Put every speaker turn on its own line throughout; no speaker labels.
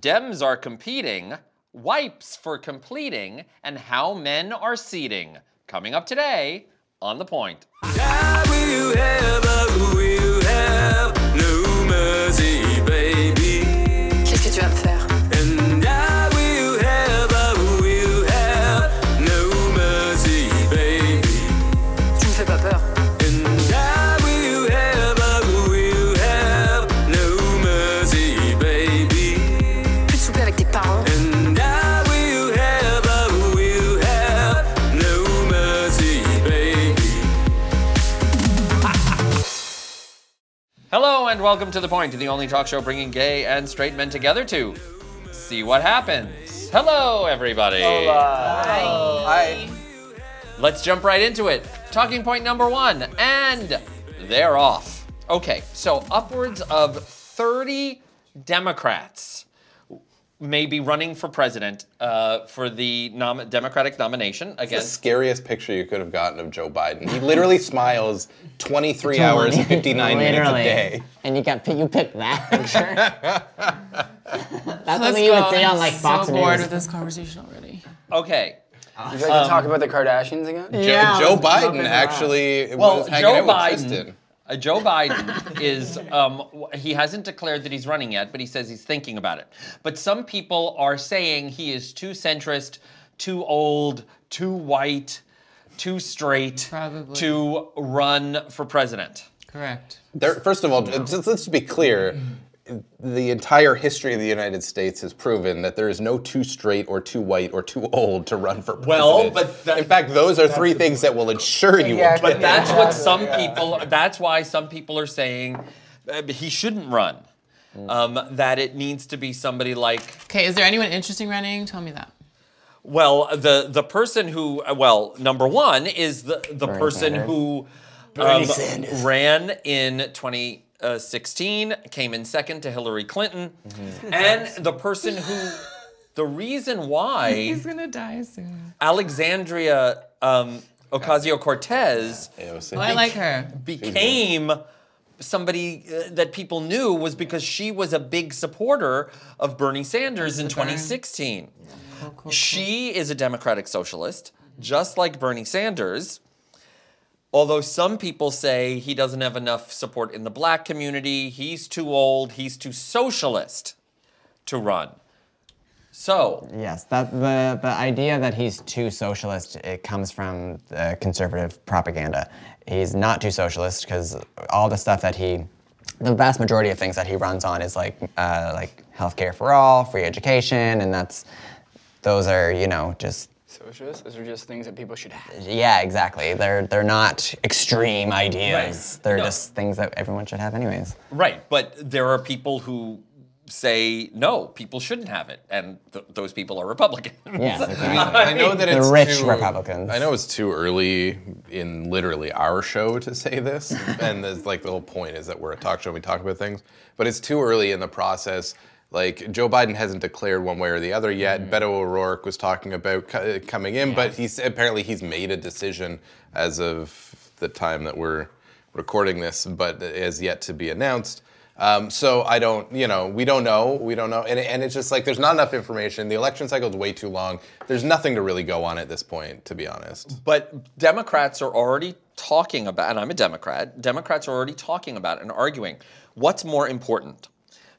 Dems are competing, wipes for completing, and how men are seating. Coming up today on The Point.
Qu'est-ce que tu vas me faire Tu me fais pas peur. Plus de souper avec tes parents.
Hello, and welcome to The Point, the only talk show bringing gay and straight men together to see what happens. Hello, everybody.
Hi.
Let's jump right into it. Talking point number one, and they're off. Okay, so upwards of 30 Democrats may be running for president uh, for the nom- Democratic nomination
The
against
scariest picture you could have gotten of Joe Biden. He literally smiles 23 hours and 59 minutes a
Literally.
day.
And you got you picked that picture. That's something
Let's
you
go.
would say
I'm
on like
so
Fox
bored
News.
with this conversation already.
Okay.
Would you like to talk about the Kardashians again?
Jo- Joe
Yeah, let's jump
Biden
into that.
actually
Well,
was hanging
Joe
out with
Biden-
Kristen.
Uh, Joe Biden is, um, w- he hasn't declared that he's running yet, but he says he's thinking about it. But some people are saying he is too centrist, too old, too white, too straight
Probably.
to run for president.
Correct.
There, first of all, just, let's be clear. The entire history of the United States has proven that there is no too straight or too white or too old to run for president.
Well, but that-
in fact, those are three things that will ensure you
Yeah,
will
but
get
that-
That's what
Exactly,
some
yeah.
people. That's why some people are saying uh, he shouldn't run.
Mm.
Um, that it needs to be somebody like
Okay, is there anyone interesting running? Tell me that.
well the the person who uh, well number one is the the person
Sanders.
who um, ran in 2016 came in second to Hillary Clinton
Mm-hmm.
and the person who the reason why
He's gonna die soon.
Alexandria um, Ocasio Cortez
AOC.
Oh, I like her.
became somebody uh, that people knew was because she was a big supporter of Bernie Sanders in 2016. She is a Democratic socialist, just like Bernie Sanders. Although some people say he doesn't have enough support in the black community, he's too old, he's too socialist to run. So,
Yes, that the the idea that he's too socialist it comes from the conservative propaganda. He's not too socialist because all the stuff that he, the vast majority of things that he runs on is like uh, like healthcare for all, free education, and that's those are you know just
Socialists? Those are just things that people should have.
yeah exactly. They're they're not extreme ideas.
Right.
They're
No.
just things that everyone should have anyways.
Right, but there are people who say no, people shouldn't have it, and th- those people are Republicans.
Yes, exactly.
I know that
The
it's
rich
too,
Republicans.
I know it's too early in literally our show to say this, and there's like the whole point is that we're a talk show and we talk about things, but it's too early in the process. Like Joe Biden hasn't declared one way or the other yet. Beto O'Rourke was talking about co- coming in, but he's apparently he's made a decision as of the time that we're recording this, but is yet to be announced. Um, so I don't, you know, we don't know, we don't know, and, and it's just like there's not enough information. The election cycle is way too long. There's nothing to really go on at this point, to be honest.
But Democrats are already talking about, and I'm a Democrat, Democrats are already talking about and arguing what's more important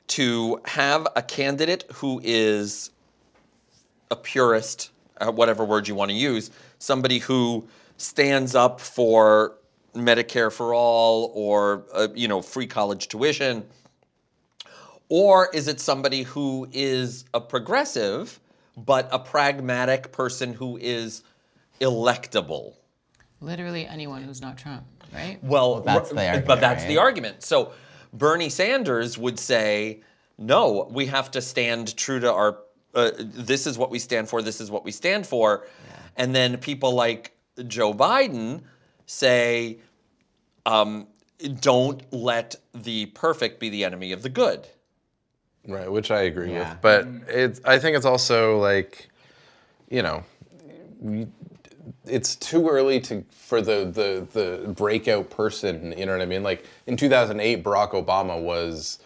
to have a candidate who is a purist, uh, whatever word you want to use, somebody who stands up for Medicare for all or uh, you know free college tuition, or is it somebody who is a progressive but a pragmatic person who is electable?
Literally anyone who's not Trump, right?
Well,
that's
r-
the
but
argument,
that's the
right?
argument. So Bernie Sanders would say, "No, we have to stand true to our. Uh, this is what we stand for. This is what we stand for." And then people like Joe Biden say, um, "Don't let the perfect be the enemy of the good."
Right, which I agree
Yeah.
with. But it's, I think it's also like, you know, we, it's too early to for the, the the breakout person. You know what I mean? Like in 2008, Barack Obama was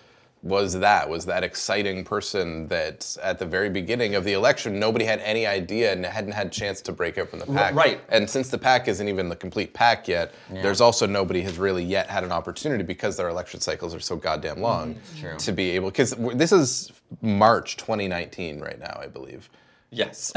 was that was that exciting person that at the very beginning of the election nobody had any idea and hadn't had chance to break out from the pack
right.
and since the pack isn't even the complete pack yet there's also nobody has really yet had an opportunity because their election cycles are so goddamn long to be able because this is march 2019 right now i believe
Yes.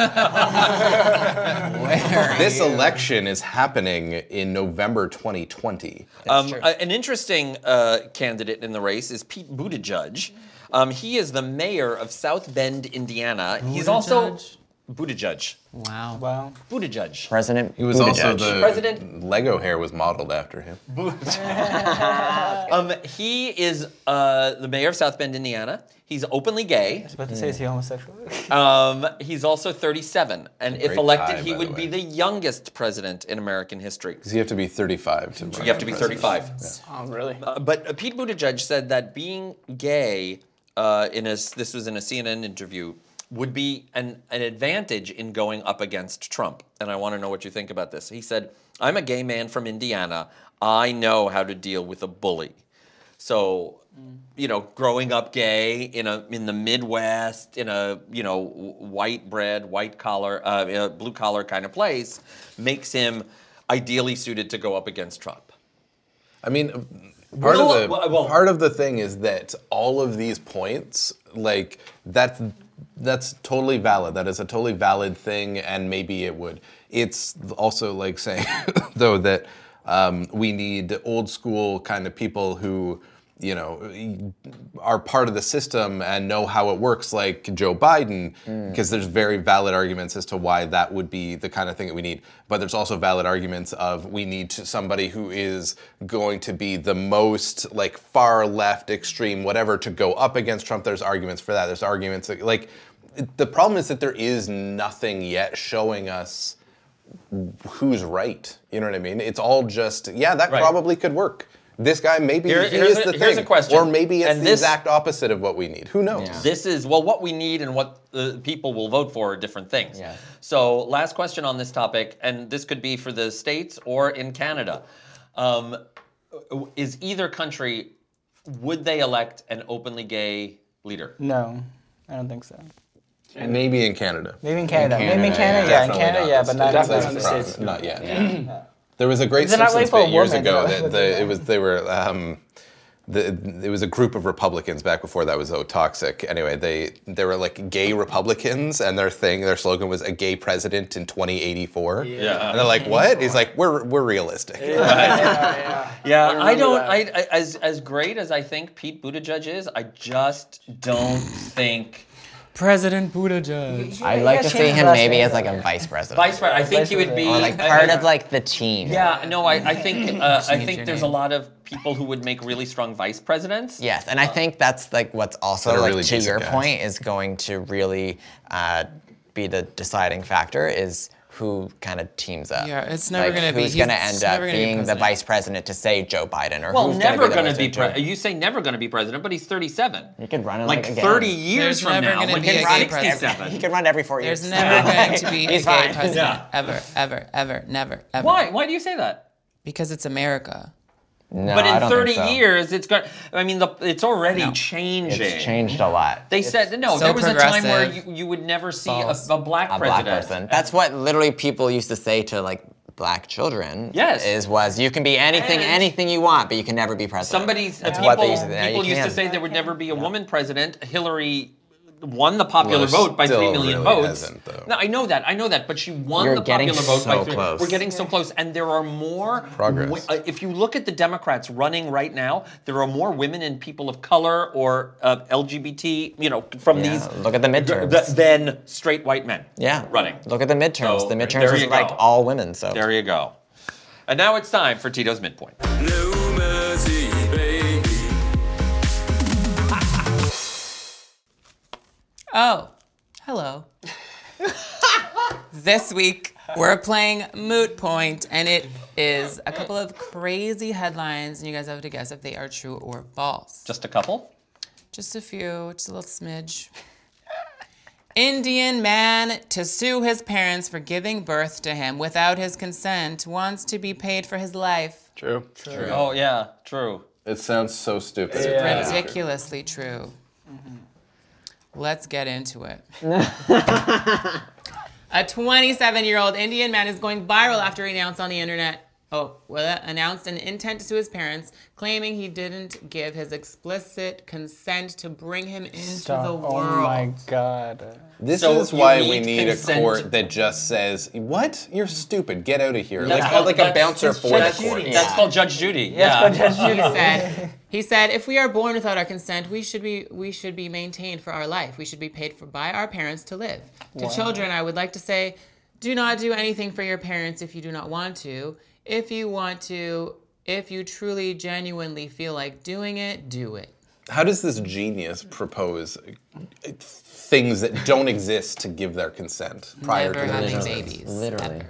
this election is happening in november 2020
Um, a- an interesting uh, candidate in the race is Pete Buttigieg. Um, he is the mayor of South Bend, Indiana. He's also
Buttigieg?
Buttigieg.
Wow.
Wow.
Buttigieg.
President.
he was also the
President-
lego hair was modeled after him
Um, he is uh, the mayor of South Bend, Indiana. He's openly gay.
about to say, is he homosexual?
Um, he's also 37, and if
great
elected,
tie,
he
by
would
the
be
way.
the youngest president in American history.
Because you have to be 35 to run
You have to
for
be
president.
35.
Oh, really?
But uh, Pete Buttigieg said that being gay, uh, in a, this was in a CNN interview, would be an, an advantage in going up against Trump. And I want to know what you think about this. He said, I'm a gay man from Indiana. I know how to deal with a bully. So, you know, growing up gay in a in the Midwest, in a you know w- white bread, white collar, uh, uh, blue collar kind of place, makes him ideally suited to go up against Trump.
I mean, part
Well,
of the
well, well-
part of the thing is that all of these points, like that's that's totally valid. That is a totally valid thing, and maybe it would. It's also like saying though that um, we need old school kind of people who. You know, are part of the system and know how it works, like Joe Biden, because there's very valid arguments as to why that would be the kind of thing that we need. But there's also valid arguments of we need to somebody who is going to be the most like far left extreme, whatever, to go up against Trump. There's arguments for that. There's arguments that, like the problem is that there is nothing yet showing us who's right. You know what I mean? It's all just yeah, that
Right.
probably could work. This guy maybe
Here-
he
here's
is
a-
the
here's
thing,
a question.
or maybe it's
And
the
this-
exact opposite of what we need. Who knows?
This is well, what we need and what the people will vote for are different things.
Yeah.
So, last question on this topic, and this could be for the states or in Canada, um, is either country would they elect an openly gay leader?
no, I don't think so.
And maybe in Canada.
Maybe in Canada. Maybe in
Canada,
Canada, yeah. In
Definitely
Canada, yeah, but not
That's-
not
that's
in the
a problem.
States.
Not yet. There was a great
They're not
Simpsons
waiting for a
bit years
woman,
ago
though.
that the, it was they were. Um, the, it was a group of Republicans back before that was so toxic. Anyway, they they were like gay Republicans, and their thing, their slogan was "a gay president in 2084."
Yeah.
and they're like, "What?" He's like, "We're we're realistic."
Yeah, I,
remember
don't.
that.
I, I as as great as I think Pete Buttigieg is, I just don't think
President Buttigieg.
I'd like to see
change
him
last
maybe
name.
as like a vice president.
vice president. I think he would be
or like
I-
part
I-
of like the team.
Yeah, no, I, I think uh, I
Change
think
your
there's
name.
a lot of people who would make really strong vice presidents.
Yes, and I think that's like what's also
That are
like
really
to
decent
your
guys.
point is going to really uh, be the deciding factor is who kind of teams up.
Yeah, it's never
Like,
gonna be-
who's
he's
going to end
never
up
gonna be
being the
president.
vice president to say Joe Biden or
Well,
who's
never
going to
be.
be the vice
Pre- you say never going to be president, but he's 37. He
could run it,
like
like, again.
30 years
There's
from
never
now
gonna
when
be a
he's
gay
67.
He could run every four
There's
years.
never going to be a gay
He's fine.
president
Yeah.
ever, ever, ever, never, ever.
Why? Why do you say that?
Because it's America.
No,
But
I
in
don't think
30
so.
years, it's going. I mean, the, it's already changing.
it's changed a lot.
They said no.
so
there was a time where you,
progressive.
you would never see a,
False.
a black
a
president.
black person. That's what literally people used to say to like black children.
Yes.
is was you can be anything,
And-
anything you want, but you can never be president.
Somebody's uh,
That's
people,
what they used to- now you
people used to
can.
say there would never be a woman president. Hillary won the popular
Well,
vote by three
still
million
really
votes.
hasn't, though.
No, I know that. I know that. But she won
You're
the
getting
popular vote by
so
three.
close.
We're getting so close, and there are more
Progress.
wi- uh, if you look at the Democrats running right now, there are more women and people of color or uh, LGBT. You know, from
Yeah,
these
look at the midterms.
th- than straight white men.
yeah,
running.
Look at the midterms.
So,
the midterms
there
was
you
like
go.
all women. So
There you go. And now it's time for Tito's midpoint.
No mercy, baby.
Oh, hello. this week we're playing Moot Point, and it is a couple of crazy headlines, and you guys have to guess if they are true or false.
Just a couple.
Just a few, just a little smidge. Indian man to sue his parents for giving birth to him without his consent wants to be paid for his life.
True.
Oh yeah, true.
It sounds so stupid.
Yeah. Mm-hmm.
Ridiculously true. Let's get into it. a 27 year old Indian man is going viral after he announced on the internet. Oh, well, announced an intent to his parents, claiming he didn't give his explicit consent to bring him into
Stop.
the world.
Oh my god.
This
So
is
you
why
need
we need
consent.
a court that just says, "What? You're stupid. Get out of here."
That's
Like,
called-
like a
that's-
bouncer
that's
for the
Judge
court.
Judy. That's called Judge Judy. Yeah.
he said, he said, if we are born without our consent, we should be we should be maintained for our life. We should be paid for by our parents to live. To children, I would like to say, do not do anything for your parents if you do not want to. If you want to, if you truly genuinely feel like doing it, do it.
How does this genius propose uh, things that don't exist to give their consent prior
Never
to their
having
consent?
babies.
Literally.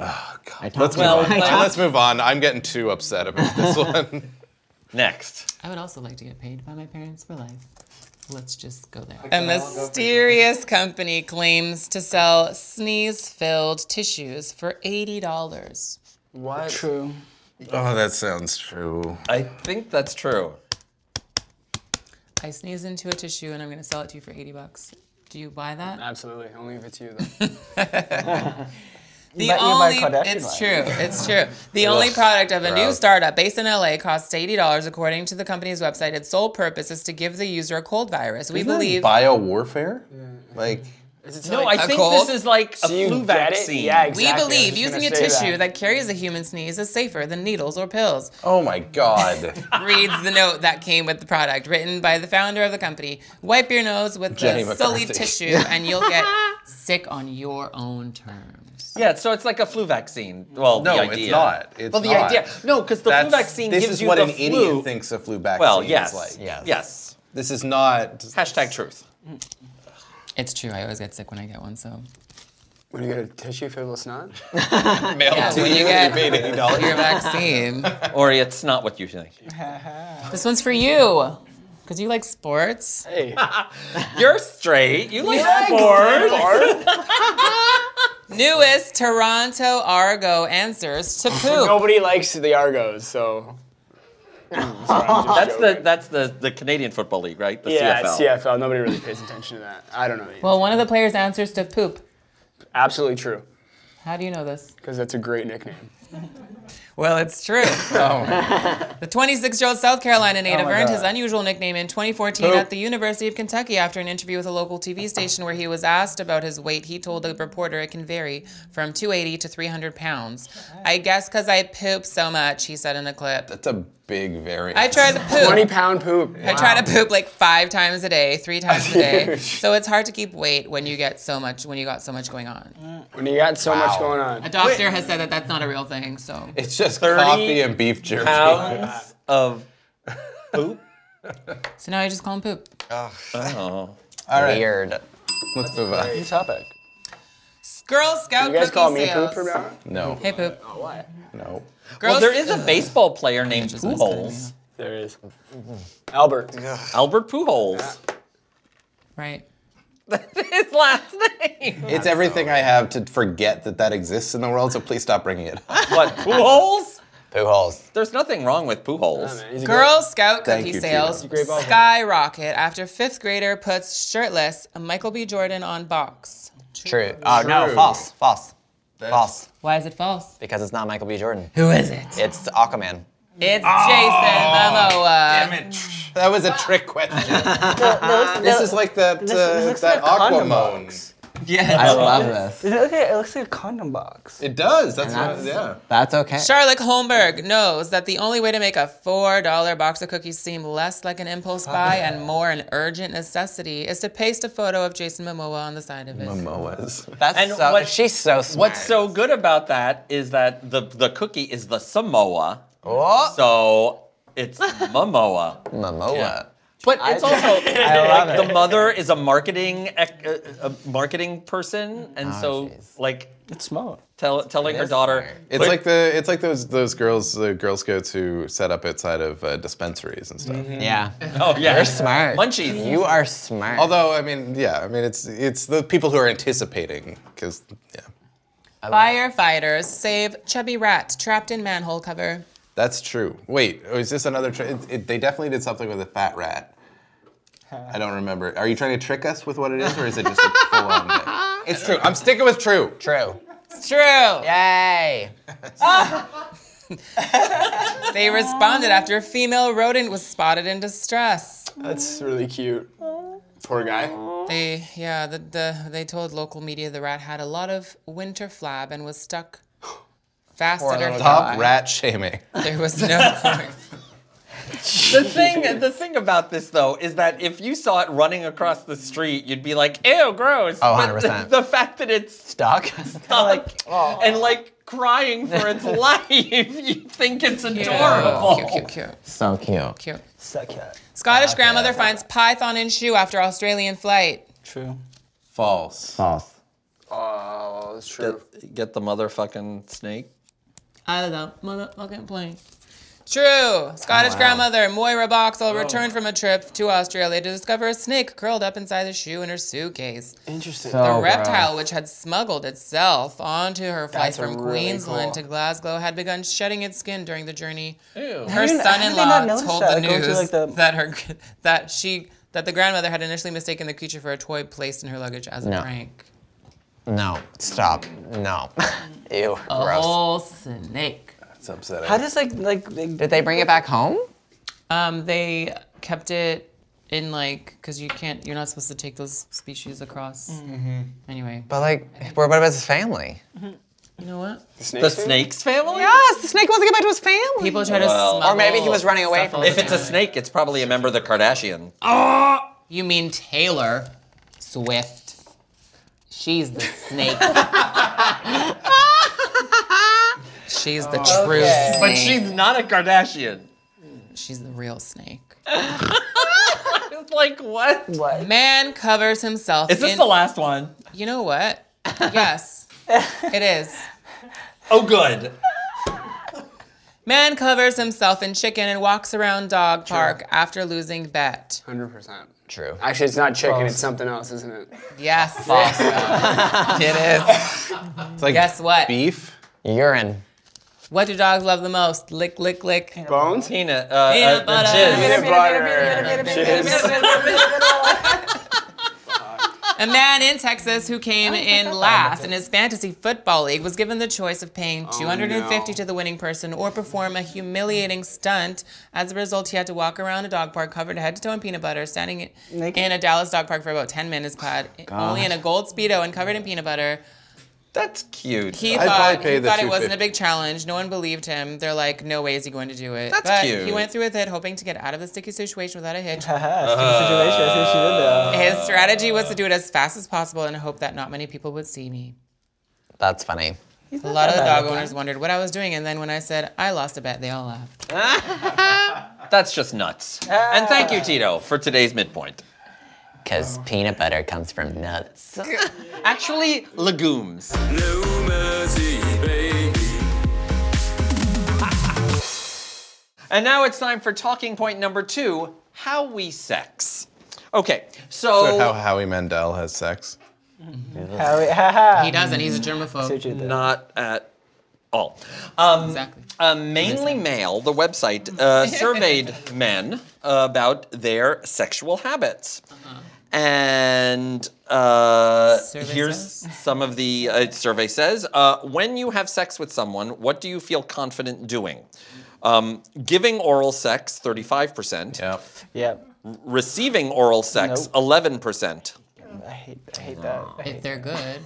ever.
Let's
Well,
All right,
but-
let's move on. I'm getting too upset about this one.
Next.
I would also like to get paid by my parents for life. Let's just go there. A mysterious company claims to sell sneeze filled tissues for $80.
What?
True.
oh, that sounds true.
I think that's true.
I sneeze into a tissue and I'm going to sell it to you for 80 bucks. Do you buy that?
Absolutely. Only if it's you, though.
The
bet you buy
only,
Kardashian
it's
line.
true, it's true. The only product of a new
gross.
startup based in LA costs $80 according to the company's website. Its sole purpose is to give the user a cold virus. We believe
bio warfare. Like,
Is it
No,
like-
I think
cold?
this is like a
you
flu
get it?
vaccine.
Yeah, exactly.
we
I was
believe
just
using a
gonna say
tissue that.
that.
carries a human sneeze is safer than needles or pills.
oh my god,
Reads the note that came with the product, written by the founder of the company. Wipe your nose with
Jenny
the sullied
McCarthy.
tissue, and you'll get sick on your own terms.
Yeah, so it's like a flu vaccine. Well,
no,
the
it's
idea.
not. It's
well, the
not.
idea. No, because the
That's-
flu vaccine
this
gives
is
you
what
the
an
flu.
idiot thinks a flu vaccine
Well, yes.
is like.
yes.
Yes.
This is not.
Hashtag truth.
It's true. I always get sick when I get one. So
When you get a tissue filled with snot?
mailed
Yeah,
to
when you
you
get-
and you paid eighty dollars.
your vaccine.
Or it's not what you think.
this one's for you, cause you like sports.
Hey.
You're straight. You like
Yeah,
sports.
Newest Toronto Argo answers to poop.
Nobody likes the Argos, so.
That's the that's the, the Canadian Football League, right? The
yeah,
CFL.
it's CFL. Nobody really pays attention to that. I don't know.
Well, one of the players answers to poop.
Absolutely true,
How do you know this?
because that's a great nickname.
Well, it's true. Oh. The 26 year old South Carolina native
my
earned
God.
his unusual nickname in 2014 at the University of Kentucky after an interview with a local TV station where he was asked about his weight. He told the reporter it can vary from 280 to 300 pounds. I guess because I poop so much, he said in the clip.
That's a big variance.
I try to poop.
20 pound poop.
I try to poop like five times a day, three times a day. So it's hard to keep weight when you get so much when you got so much going on.
When you got so much
Wow.
going
A
on.
doctor has said that that's not a real thing. So
It's just
30
coffee and beef jerky.
Pounds of poop.
so now I just call him poop.
Oh.
All right,
Weird.
let's move on.
New topic.
Girl Scout
You guys
cookie
call me
sales.
poop from now? on?
No,
Hey poop.
no.
Girl
Well, there is a baseball player named
just nice
Pujols,
There it is. Albert.
Albert Pujols.
right.
His last name.
It's everything I have to forget that that exists in the world. So please stop bringing it. up.
What Pujols?
Poo holes.
There's nothing wrong with Pujols.
Man, he's a
Girl Scout
Thank
cookie
you, Tina.
sales
It's a
great ball player.
skyrocket after fifth grader puts shirtless Michael B. Jordan on box.
True. Oh no,
True.
false. False. False.
Why is it false?
Because it's not Michael B. Jordan.
Who is it?
It's Aquaman.
It's Jason Momoa.
That was a trick question. this is like that uh, that Aquamone.
I love this.
It looks like, it looks like a condom box.
It does. That's, what, yeah.
That's okay.
Charlotte Holmberg knows that the only way to make a $4 box of cookies seem less like an impulse buy and more an urgent necessity is to paste a photo of Jason Momoa on the side of it.
Moas.
That's
And
so.
what-
she's so smart.
What's so good about that is that the the cookie is the Samoa,
Oh,
so it's Momoa.
Momoa.
But it's also like
love it.
the mother is a marketing ec- uh, a marketing person, and
Oh,
so
jeez.
like
It's small.
tell, telling her daughter.
smart.
It's
put-
like the it's like those those girls the Girl Scouts who set up outside of uh, dispensaries and
Mm-hmm.
stuff.
Yeah.
oh yeah,
You're smart.
Munchies.
You are smart.
Although I mean, yeah, I mean it's it's the people who are anticipating because yeah.
Firefighters save chubby rat trapped in manhole cover.
That's true. Wait, oh, is this another? Tr- it, it, they definitely did something with a fat rat. I don't remember. Are you trying to trick us with what it is, or is it just a full-on thing? It's true. I'm sticking with true.
True.
It's true.
Yay!
Yeah. They responded after a female rodent was spotted in distress.
That's really cute. Poor guy.
They yeah, the, the they told local media the rat had a lot of winter flab and was stuck fast at her throat.
Stop rat shaming.
There was no going.
The thing, the thing about this though is that if you saw it running across the street, you'd be like, "Ew, gross!"
Oh,
But the-
100%.
The, fact that it's
Doc.
stuck and like crying for its life, you think it's adorable.
Cute, cute, cute,
so cute.
cute.
Suck cat.
Scottish grandmother finds python in shoe after Australian flight.
True.
False.
False.
Oh, that's true.
Get, get the motherfucking snake.
I don't know. Motherfucking plane. True. Scottish grandmother Moira Boxall returned from a trip to Australia to discover a snake curled up inside the shoe in her suitcase.
Interesting.
So
The reptile,
gross.
which had smuggled itself onto her flight
That's a
from
really
Queensland to
cool-
Glasgow, had begun shedding its skin during the journey.
Ew.
Her
did- how did they
son-in-law
not notice
told
that?
the
Like, going
news
through, like, the-
that her that she that the grandmother had initially mistaken the creature for a toy placed in her luggage as a
No.
prank.
No. Stop. No. Ew.
A
gross.
Oh.
whole snake.
That's upsetting.
How does like like they-
Did they bring it back home?
Um, they kept it in like because you can't. You're not supposed to take those species across. Anyway,
But like, what about his family?
you know what?
The snake's family.
Yes, the snake wants to get back to his family.
People try to
Well-
smuggle.
Or maybe he was running away
stuff
from
all
it.
the
If it's a
time.
snake, it's probably a member of the Kardashian.
You mean Taylor Swift? She's the snake. she's the true
But
snake.
she's not a Kardashian.
she's the real snake.
It's like what?
Man covers himself.
Is this
in-
the last one?
You know what? Yes, it is.
Oh, good.
Man covers himself in chicken and walks around dog park after losing bet.
Hundred percent.
True.
Actually, it's not chicken. It's something else, isn't it?
Yes, false. it is.
It's like
Guess what?
Beef.
Urine.
What do dogs love the most? Lick, lick, lick.
Bones.
Peanut. Uh,
Peanut
uh,
butter.
jizz.
butter.
A man in Texas who came in last in his fantasy football league was given the choice of paying
Oh,
250 to the winning person or perform a humiliating stunt. As a result, he had to walk around a dog park covered head to toe in peanut butter, standing in-
Naked?
in a Dallas dog park for about 10 minutes, clad only in a gold speedo and covered in peanut butter.
That's cute.
He
I'd
thought,
probably pay
he
the
thought it wasn't a
250.
big challenge. No one believed him. They're like, no way is he going to do it.
That's
but He
cute.
went through with it, hoping to get out of the sticky situation without a hitch.
Haha, sticky situation. I see what she did Uh, there.
His strategy was to do it as fast as possible and hope that not many people would see me.
That's funny.
A lot of the dog owners wondered what I was doing, and then when I said I lost a bet, they all laughed.
That's just nuts. And thank you, Tito, for today's midpoint. Oh.
Because peanut butter comes from nuts.
Actually, legumes.
No mercy, baby.
And now it's time for talking point number two how we sex. Okay, so.
So how Howie Mandel has sex.
How we- haha.
He doesn't. He's a germaphobe.
She did there.
not at all.
Exactly.
Uh, mainly male, the website uh, surveyed men about their sexual habits. And uh,
Uh-huh. Survey
here's
says?
some of the uh, survey says uh, When you have sex with someone, what do you feel confident doing? Um, giving oral sex, 35%.
Yep.
Yep.
Receiving oral sex,
Nope.
11%.
I hate I hate that. I
If
hate,
they're good,
Um,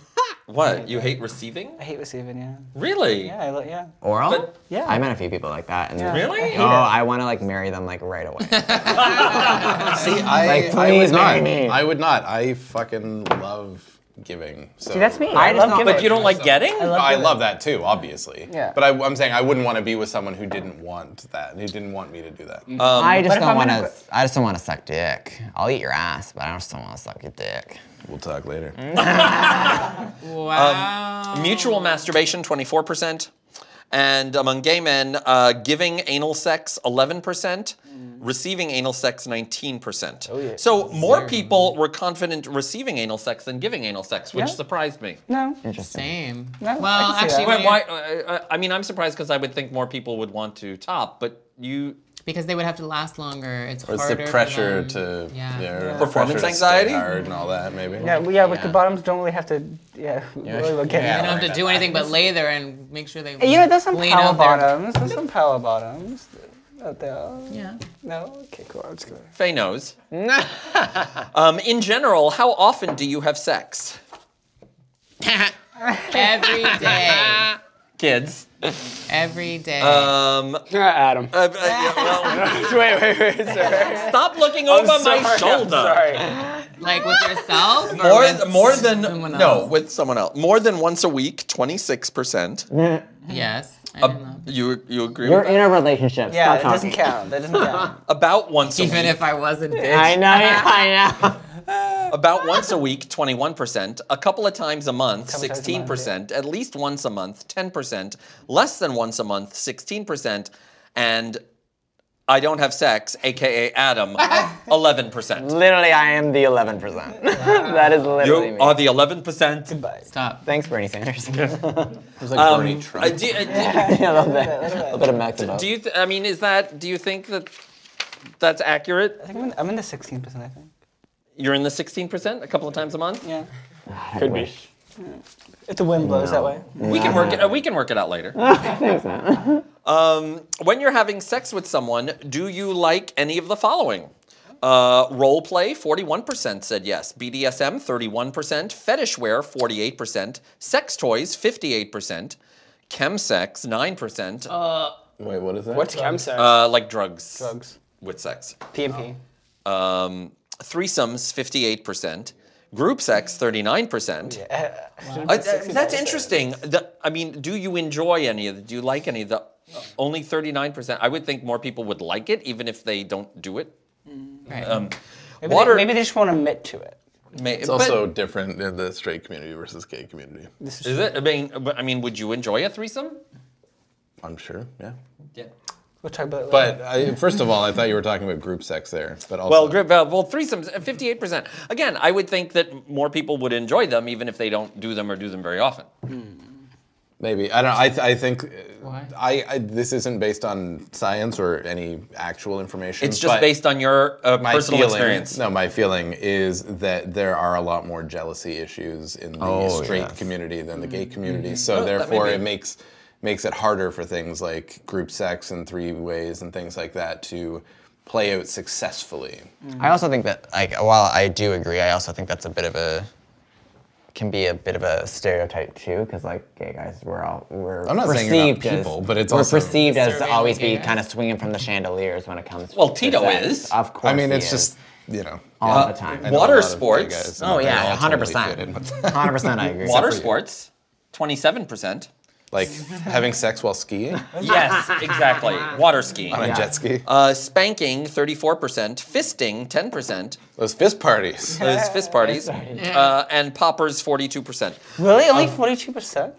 What? You hate receiving?
I hate receiving, yeah.
Really?
Yeah, I, li- yeah.
Oral?
But-
Yeah.
I met a few people like that. And
Really?
Oh, I want to like marry them like right away.
See, I,
Like,
I would
please marry
not.
me.
I would not. I fucking love giving. So
See, that's me.
I
I,
just
love
don't-
giving.
But you don't like getting?
I love
I
giving.
love that too, obviously.
Yeah.
But I, I'm saying I wouldn't want to be with someone who didn't want that, who didn't want me to do that.
Mm-hmm. Uh,
I just
if
don't
I'm
want
in a
to. I just don't want to suck dick. I'll eat your ass, but I just don't want to suck your dick.
We'll talk later.
Mm-hmm. wow.
Oh.
Mutual masturbation, 24%. And among gay men, uh, giving anal sex 11%,
Mm.
receiving anal sex 19%.
Oh,
So more people were confident receiving anal sex than giving anal sex, which
Yeah.
surprised me.
No.
Same.
No, I
well,
can see
actually,
that.
when
Why,
you're-
why, uh, uh, I mean, I'm surprised because I would think more people would want to top, but you
because they would have to last longer. It's
Or it's
harder.
the
for
pressure
them.
to
Yeah.
their
Performance
pressure to stay
anxiety?
hard and all that maybe.
Yeah, well, yeah, but the
Yeah.
bottoms don't really have to. Yeah, really look at
You
it.
don't have to do anything but lay there and make sure they.
Yeah, there's some
clean
power
out their-
bottoms. There's some power bottoms out there.
Yeah.
No. Okay, cool. I'm just gonna.
Faye knows. um, in general, how often do you have sex?
Every day.
Kids.
Every day.
Um,
Ah, Adam.
uh, uh, yeah, well,
wait, wait, wait. Sorry.
stop looking over my shoulder.
Sorry.
like with yourself? Or
More,
with
more than
someone
no,
else?
with someone else. More than once a week, twenty six percent.
Yes. I don't know.
You you agree
Mm-hmm. You're
with that?
in a relationship.
Yeah,
Stop
it doesn't
talking.
count. That doesn't count.
About once a
Even
week.
if I wasn't bitch.
I know. I know.
about once a week, twenty one percent. A couple of times a month,
times a month, yeah.
sixteen percent. At least once a month, ten percent. Less than once a month, sixteen percent. And I don't have sex, aka Adam, eleven percent.
Literally, I am the 11%. that is literally
You
me.
are the 11%.
Stop.
Thanks, Bernie Sanders. Um,
It's like Bernie Trump.
Uh, do, uh, do-
yeah, a little bit. A little bit of Mexico.
do you? Th- I mean, is that? Do you think that that's accurate?
I think I'm in, I'm in the 16%. I think.
You're in the 16% a couple of times a month.
Yeah.
Could be.
If the wind blows that way.
We can work it. uh, We can work it out later. um, when you're having sex with someone, do you like any of the following? Uh, role play, 41% said yes. BDSM, 31%. Fetish wear, 48%. Sex toys, 58%. Chemsex, 9%.
Wait, what is that?
What's chemsex?
uh, like drugs.
Drugs.
With sex.
PMP.
um, threesomes 58%, group sex 39%. I- that- that's interesting. The- I mean, do you enjoy any of the, do you like any of the, uh, only 39%. I would think more people would like it even if they don't do it. Mm. Um,
Right.
Maybe,
Water-
they, maybe they just won't admit to it.
May,
It's also different in the straight community versus gay community.
This
is it? I mean, but- I mean, would you enjoy a threesome?
I'm sure, yeah.
Yeah.
We'll talk about it later.
But I, first of all, I thought you were talking about group sex there, but also
Well, group, well, well, threesomes, uh, 58%. Again, I would think that more people would enjoy them even if they don't do them or do them very often.
maybe I don't. I, th- I think uh,
Why?
I, I this isn't based on science or any actual information.
It's just
but
based on your uh,
my
personal
feeling-
experience.
No, my feeling is that there are a lot more jealousy issues in the
Oh,
straight community than the gay community. So
Mm-hmm. that may
therefore,
be.
it makes makes it harder for things like group sex and three ways and things like that to play out successfully.
Mm-hmm.
I also think that, like, while I do agree, I also think that's a bit of a can be a bit of a stereotype too, because like gay guys, we're all we're
I'm not saying
perceived
you're not
as-
people, but it's
we're
also-
perceived as to
Surveying
always
gay
be
guys.
kind of swinging from the chandeliers when it comes.
Well,
to
Tito
sex.
is.
Of course,
I mean,
he
it's
is.
just you know.
all
Uh,
the time.
I know a
Water
lot of gay
sports?
guys, and
Oh
they're
yeah,
all
hundred
totally fit in,
percent,
but-
hundred percent. I agree.
Water
for you.
sports, 27%.
like having sex while skiing on
Yes, exactly. Water skiing.
a jet ski.
Uh, spanking, 34%. Fisting, 10%.
Those fist parties.
Those fist parties. Uh, and poppers, 42%.
really? Only 42%?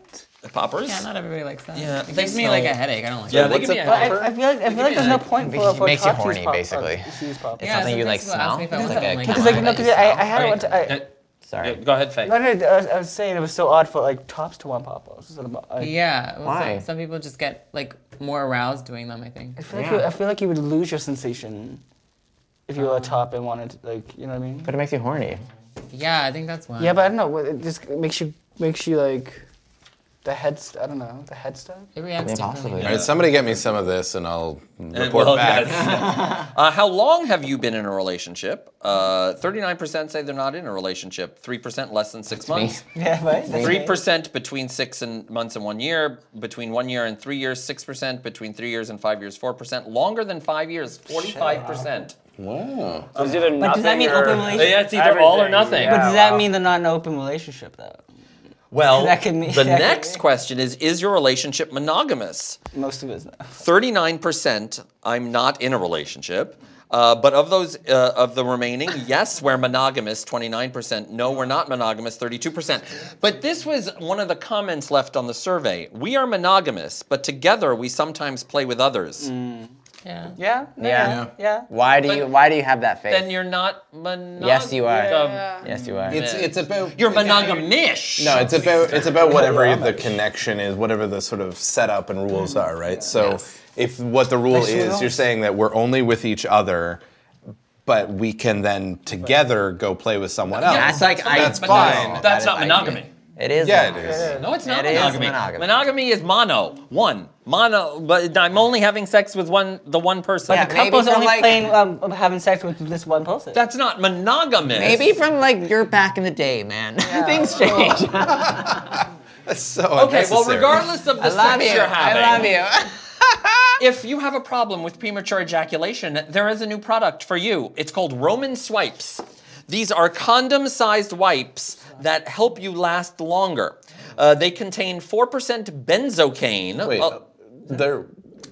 Poppers?
Yeah, not everybody likes that.
Yeah,
it
they
gives me like a
smell-
headache. I don't like
Yeah,
it.
they give me a
I,
popper.
I feel like, I feel like there's no point for,
It
for
makes you
talking
horny,
to pop-
basically.
uh, to use pop.
It's something
so
you like
that's what I
smell.
was
It's
thinking
like
about
a
like-
Because
Why
like,
chemical
no,
that
not
'cause
you
I, I
smell.
had it
Right.
once. I,
Uh, yeah,
Sorry.
Go ahead, Faye.
no, no, I was, I was saying it was so odd for like tops to want pop ups.
Yeah. well,
Why?
Some, some people just get like more aroused doing them. I think.
I feel, like you, I feel like you would lose your sensation if you were a
Um.
top and wanted to, like, you know what I mean?
But it makes you horny.
Yeah, I think that's why.
Yeah, but I don't know. what- It just makes you, makes you like, the head, st- I don't know, the head stuff?
it reacts
Yeah,
differently.
possibly.
All right, somebody get me some of this, and I'll report
Well,
back.
yes. uh, how long have you been in a relationship? Uh, 39% say they're not in a relationship. 3% less than six months.
Yeah, right? That's
Three
me.
percent between six and months and one year, between one year and three years, six percent between three years and five years, four percent. Longer than five years, forty-five percent.
Wow.
So it's either
does that
nothing
mean
or
open relationship?
Yeah, it's either all or
everything.
nothing.
Yeah,
But
Does that
wow.
mean they're not in an open relationship though?
Well,
That could mean-
the
that could
next
mean-
question is: Is your relationship monogamous?
Most of it's not.
Thirty-nine percent. I'm not in a relationship. Uh, but of those uh, of the remaining, yes, we're monogamous, 29%. No, we're not monogamous, 32%. But this was one of the comments left on the survey. We are monogamous, but together we sometimes play with others.
Yeah.
Yeah. no,
Yeah.
Yeah.
Why do you Why do you have that faith?
Then you're not monogamous.
yes, you are.
Yeah.
Yes, you are.
It's it's about
You're monogamish.
No, it's about it's about whatever the connection is, whatever the sort of setup and rules are, right? So if what the rule is, you're saying that we're only with each other, but we can then together go play with someone else.
That's like I-
that's
but
fine.
That's,
That
that's
is
not
like-
monogamy.
it is.
yeah,
not.
it is.
No, it's not
It is
monogamy.
monogamy.
Monogamy is mono. One. Mono, but I'm only having sex with one the one person.
Yeah, maybe
Couples
from
only
like,
playing um, having sex with this one person.
That's not monogamous.
Maybe from like you're back in the day, man. Things change.
That's so
Okay, well,
unnecessary.
regardless of the
I love
sex
you.
you're having,
I love you.
if you have a problem with premature ejaculation, there is a new product for you. It's called Roman Swipes. These are condom sized wipes that help you last longer. Uh, they contain 4% benzocaine.
Wait,
Uh,
they're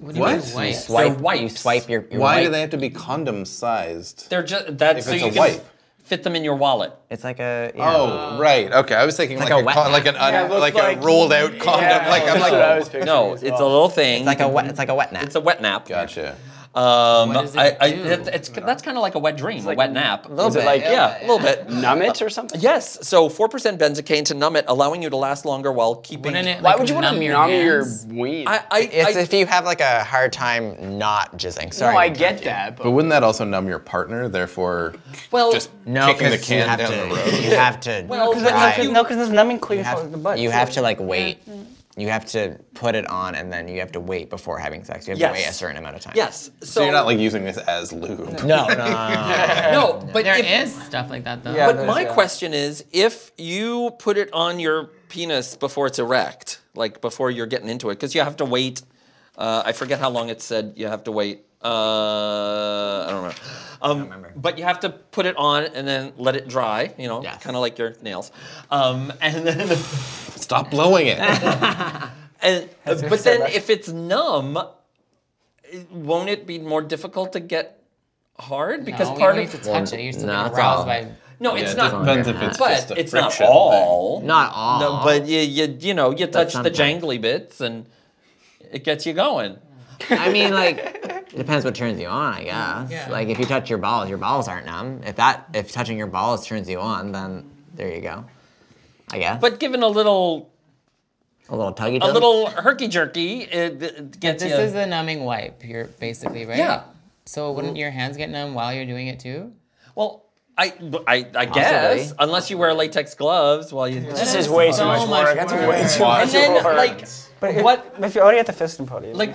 What?
what?
White.
They're
You
wipes.
swipe your. your
Why
wipe.
do they have to be condom sized?
they're just that's
If
so
it's
you
a
can
wipe.
fit them in your wallet.
It's like a. Yeah.
Oh, right. Okay, I was thinking like,
like a
a,
wet
con- like an un-
Yeah, it looked
like,
like-
a rolled out condom. like I'm like
No, it's a little thing.
It's like a wet. It's like a wet nap.
It's a wet nap.
gotcha.
Um,
What does it
I, I,
do?
it- it's, that's kind of like a wet dream, a wet nap.
little bit.
like-
yeah, a little bit.
Numb it or something?
Yes, so 4% benzocaine to numb it, allowing you to last longer while keeping.
Wouldn't it,
Why
like,
would you want to numb your,
hands?
weed?
I, I,
It's
I-
if you have like a hard time not jizzing.
no,
Sorry.
Oh, I get that, but
But wouldn't that also numb your partner? Therefore,
well,
just
No,
kicking the
'cause you
can
have
down
to.
the road.
You have to.
Well, 'cause then
drive.
if you-
No, because there's numbing
You
queen for the
have,
butt.
you
too.
have to like wait.
Mm,
You have to put it on, and then you have to wait before having sex. You have
Yes.
to wait a certain amount of time.
yes. So,
So you're not like using this as lube.
No, no, no, no, no.
No, but
There
if-
is stuff like that though.
Yeah,
But
there's-
my
yeah.
question is if you put it on your penis before it's erect, like before you're getting into it, because you have to wait. Uh, I forget how long it said you have to wait. Uh, I don't remember. Um,
remember.
But you have to put it on and then let it dry, you know,
Yes.
kind of like your nails. Um, and then.
Stop blowing it.
And but then if it's numb, it- won't it be more difficult to get hard? Because
no,
part
you
of
don't need to touch it. You're still
Nah,
getting
that's
aroused
all.
by.
no, it's
it
not.
depends if it's
but
just a
it's not
friction
all.
Not all.
No, but you, you you know you touch the
sometimes.
jangly bits and it gets you going.
I mean, like, it depends what turns you on, I guess.
Yeah.
Like, if you touch your balls, your balls aren't numb. If that, if touching your balls turns you on, then there you go. I guess.
But given a little
a little tuggy.
a little herky jerky, it, it gets
This
you.
is a numbing wipe. You're basically right.
Yeah.
So wouldn't your hands get numb while you're doing it too?
well, I I, I guess
Possibly.
unless you wear latex gloves while you.
this is way too much work. That's way too
and
much
then
work.
like
But if,
what
If you're already at the fisting party. it's
like.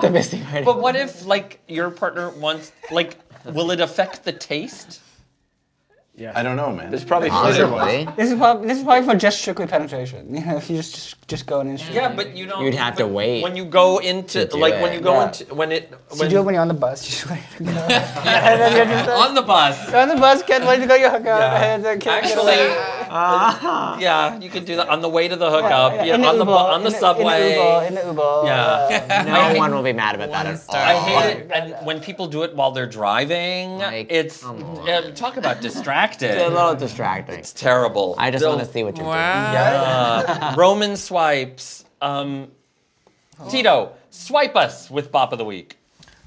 the busy part.
But what if like your partner wants like will it affect the taste?
I don't know, man.
it's probably
Possibly.
This is probably this is probably for just strictly penetration. You know, if you just just, just go in and shoot.
Yeah, but you don't.
You'd have to
but
wait
when you go into
to do
like when
it.
you go
Yeah.
into when it
You
when
do it when you're on the bus. You just wait to go. and then you're just like,
on the bus.
you're on the bus, kid, wait to go. You hook up. And then kid,
Actually, yeah, you could do that on the way to the hookup. Yeah,
in
on the bu-
Uber,
on the
in
subway.
In the Uber. In the Uber.
Yeah.
no one will be mad about that at all.
I hate it and when people do it while they're driving.
Like,
it's
come on.
uh, talk about
It's a
distracted.
little distracting.
It's terrible.
I just
They'll-
want to see what you're
Roman swipes. Um, Tito, swipe us with Bop of the Week.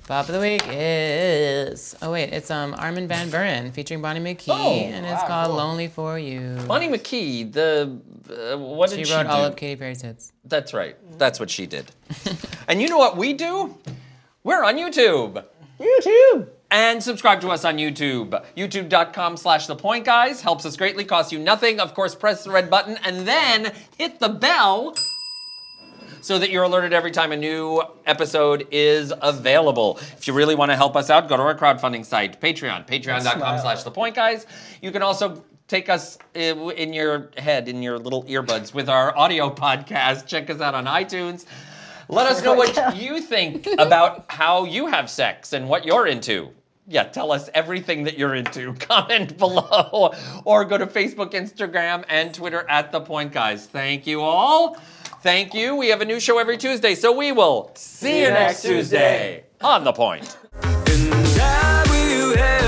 Bop of the week is oh wait, it's um Armin van Buren featuring Bonnie McKee,
Oh,
and it's called "Lonely for You."
Bonnie McKee, the uh, what
She
did
wrote
she, do?
all of Katy Perry's hits.
That's right. That's what she did. and you know what we do? We're on YouTube.
YouTube.
And subscribe to us on YouTube. YouTube.com slash the point guys helps us greatly, costs you nothing. Of course, press the red button and then hit the bell so that you're alerted every time a new episode is available. If you really want to help us out, go to our crowdfunding site, Patreon, patreon.com slash the point guys. You can also take us uh, in your head, in your little earbuds with our audio podcast. Check us out on iTunes. Let us know what you think about how you have sex and what you're into. Yeah, tell us everything that you're into. Comment below or go to Facebook, Instagram, and Twitter at The Point Guys. Thank you all. Thank you. We have a new show every Tuesday, so we will see you next Tuesday on The Point.
In the
time will end.